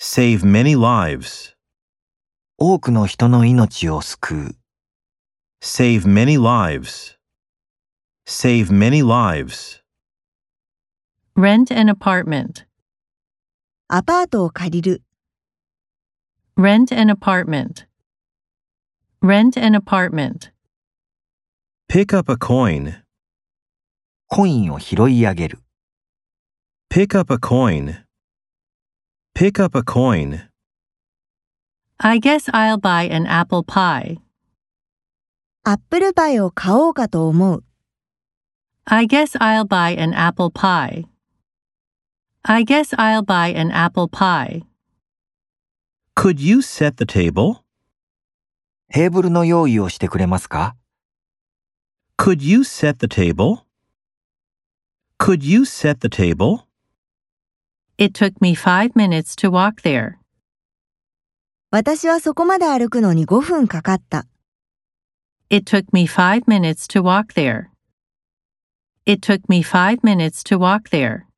save many lives, 多くの人の命を救う、 save many lives, save many lives, Rent an apartment. アパートを借りる、 Rent an apartment. Rent an apartment. pick up a coin, コインを拾い上げる、 pick up a coin, pick up a coin, I guess I'll buy an apple pie. アップルパイを買おうかと思う、 I guess I'll buy an apple pie. I guess I'll buy an apple pie. could you set the table? テーブルの用意をしてくれますか Could you set the table? Could you set the table? It took me five minutes to walk there. 私はそこまで歩くのに5分かかった。 It took me five minutes to walk there. It took me five minutes to walk there.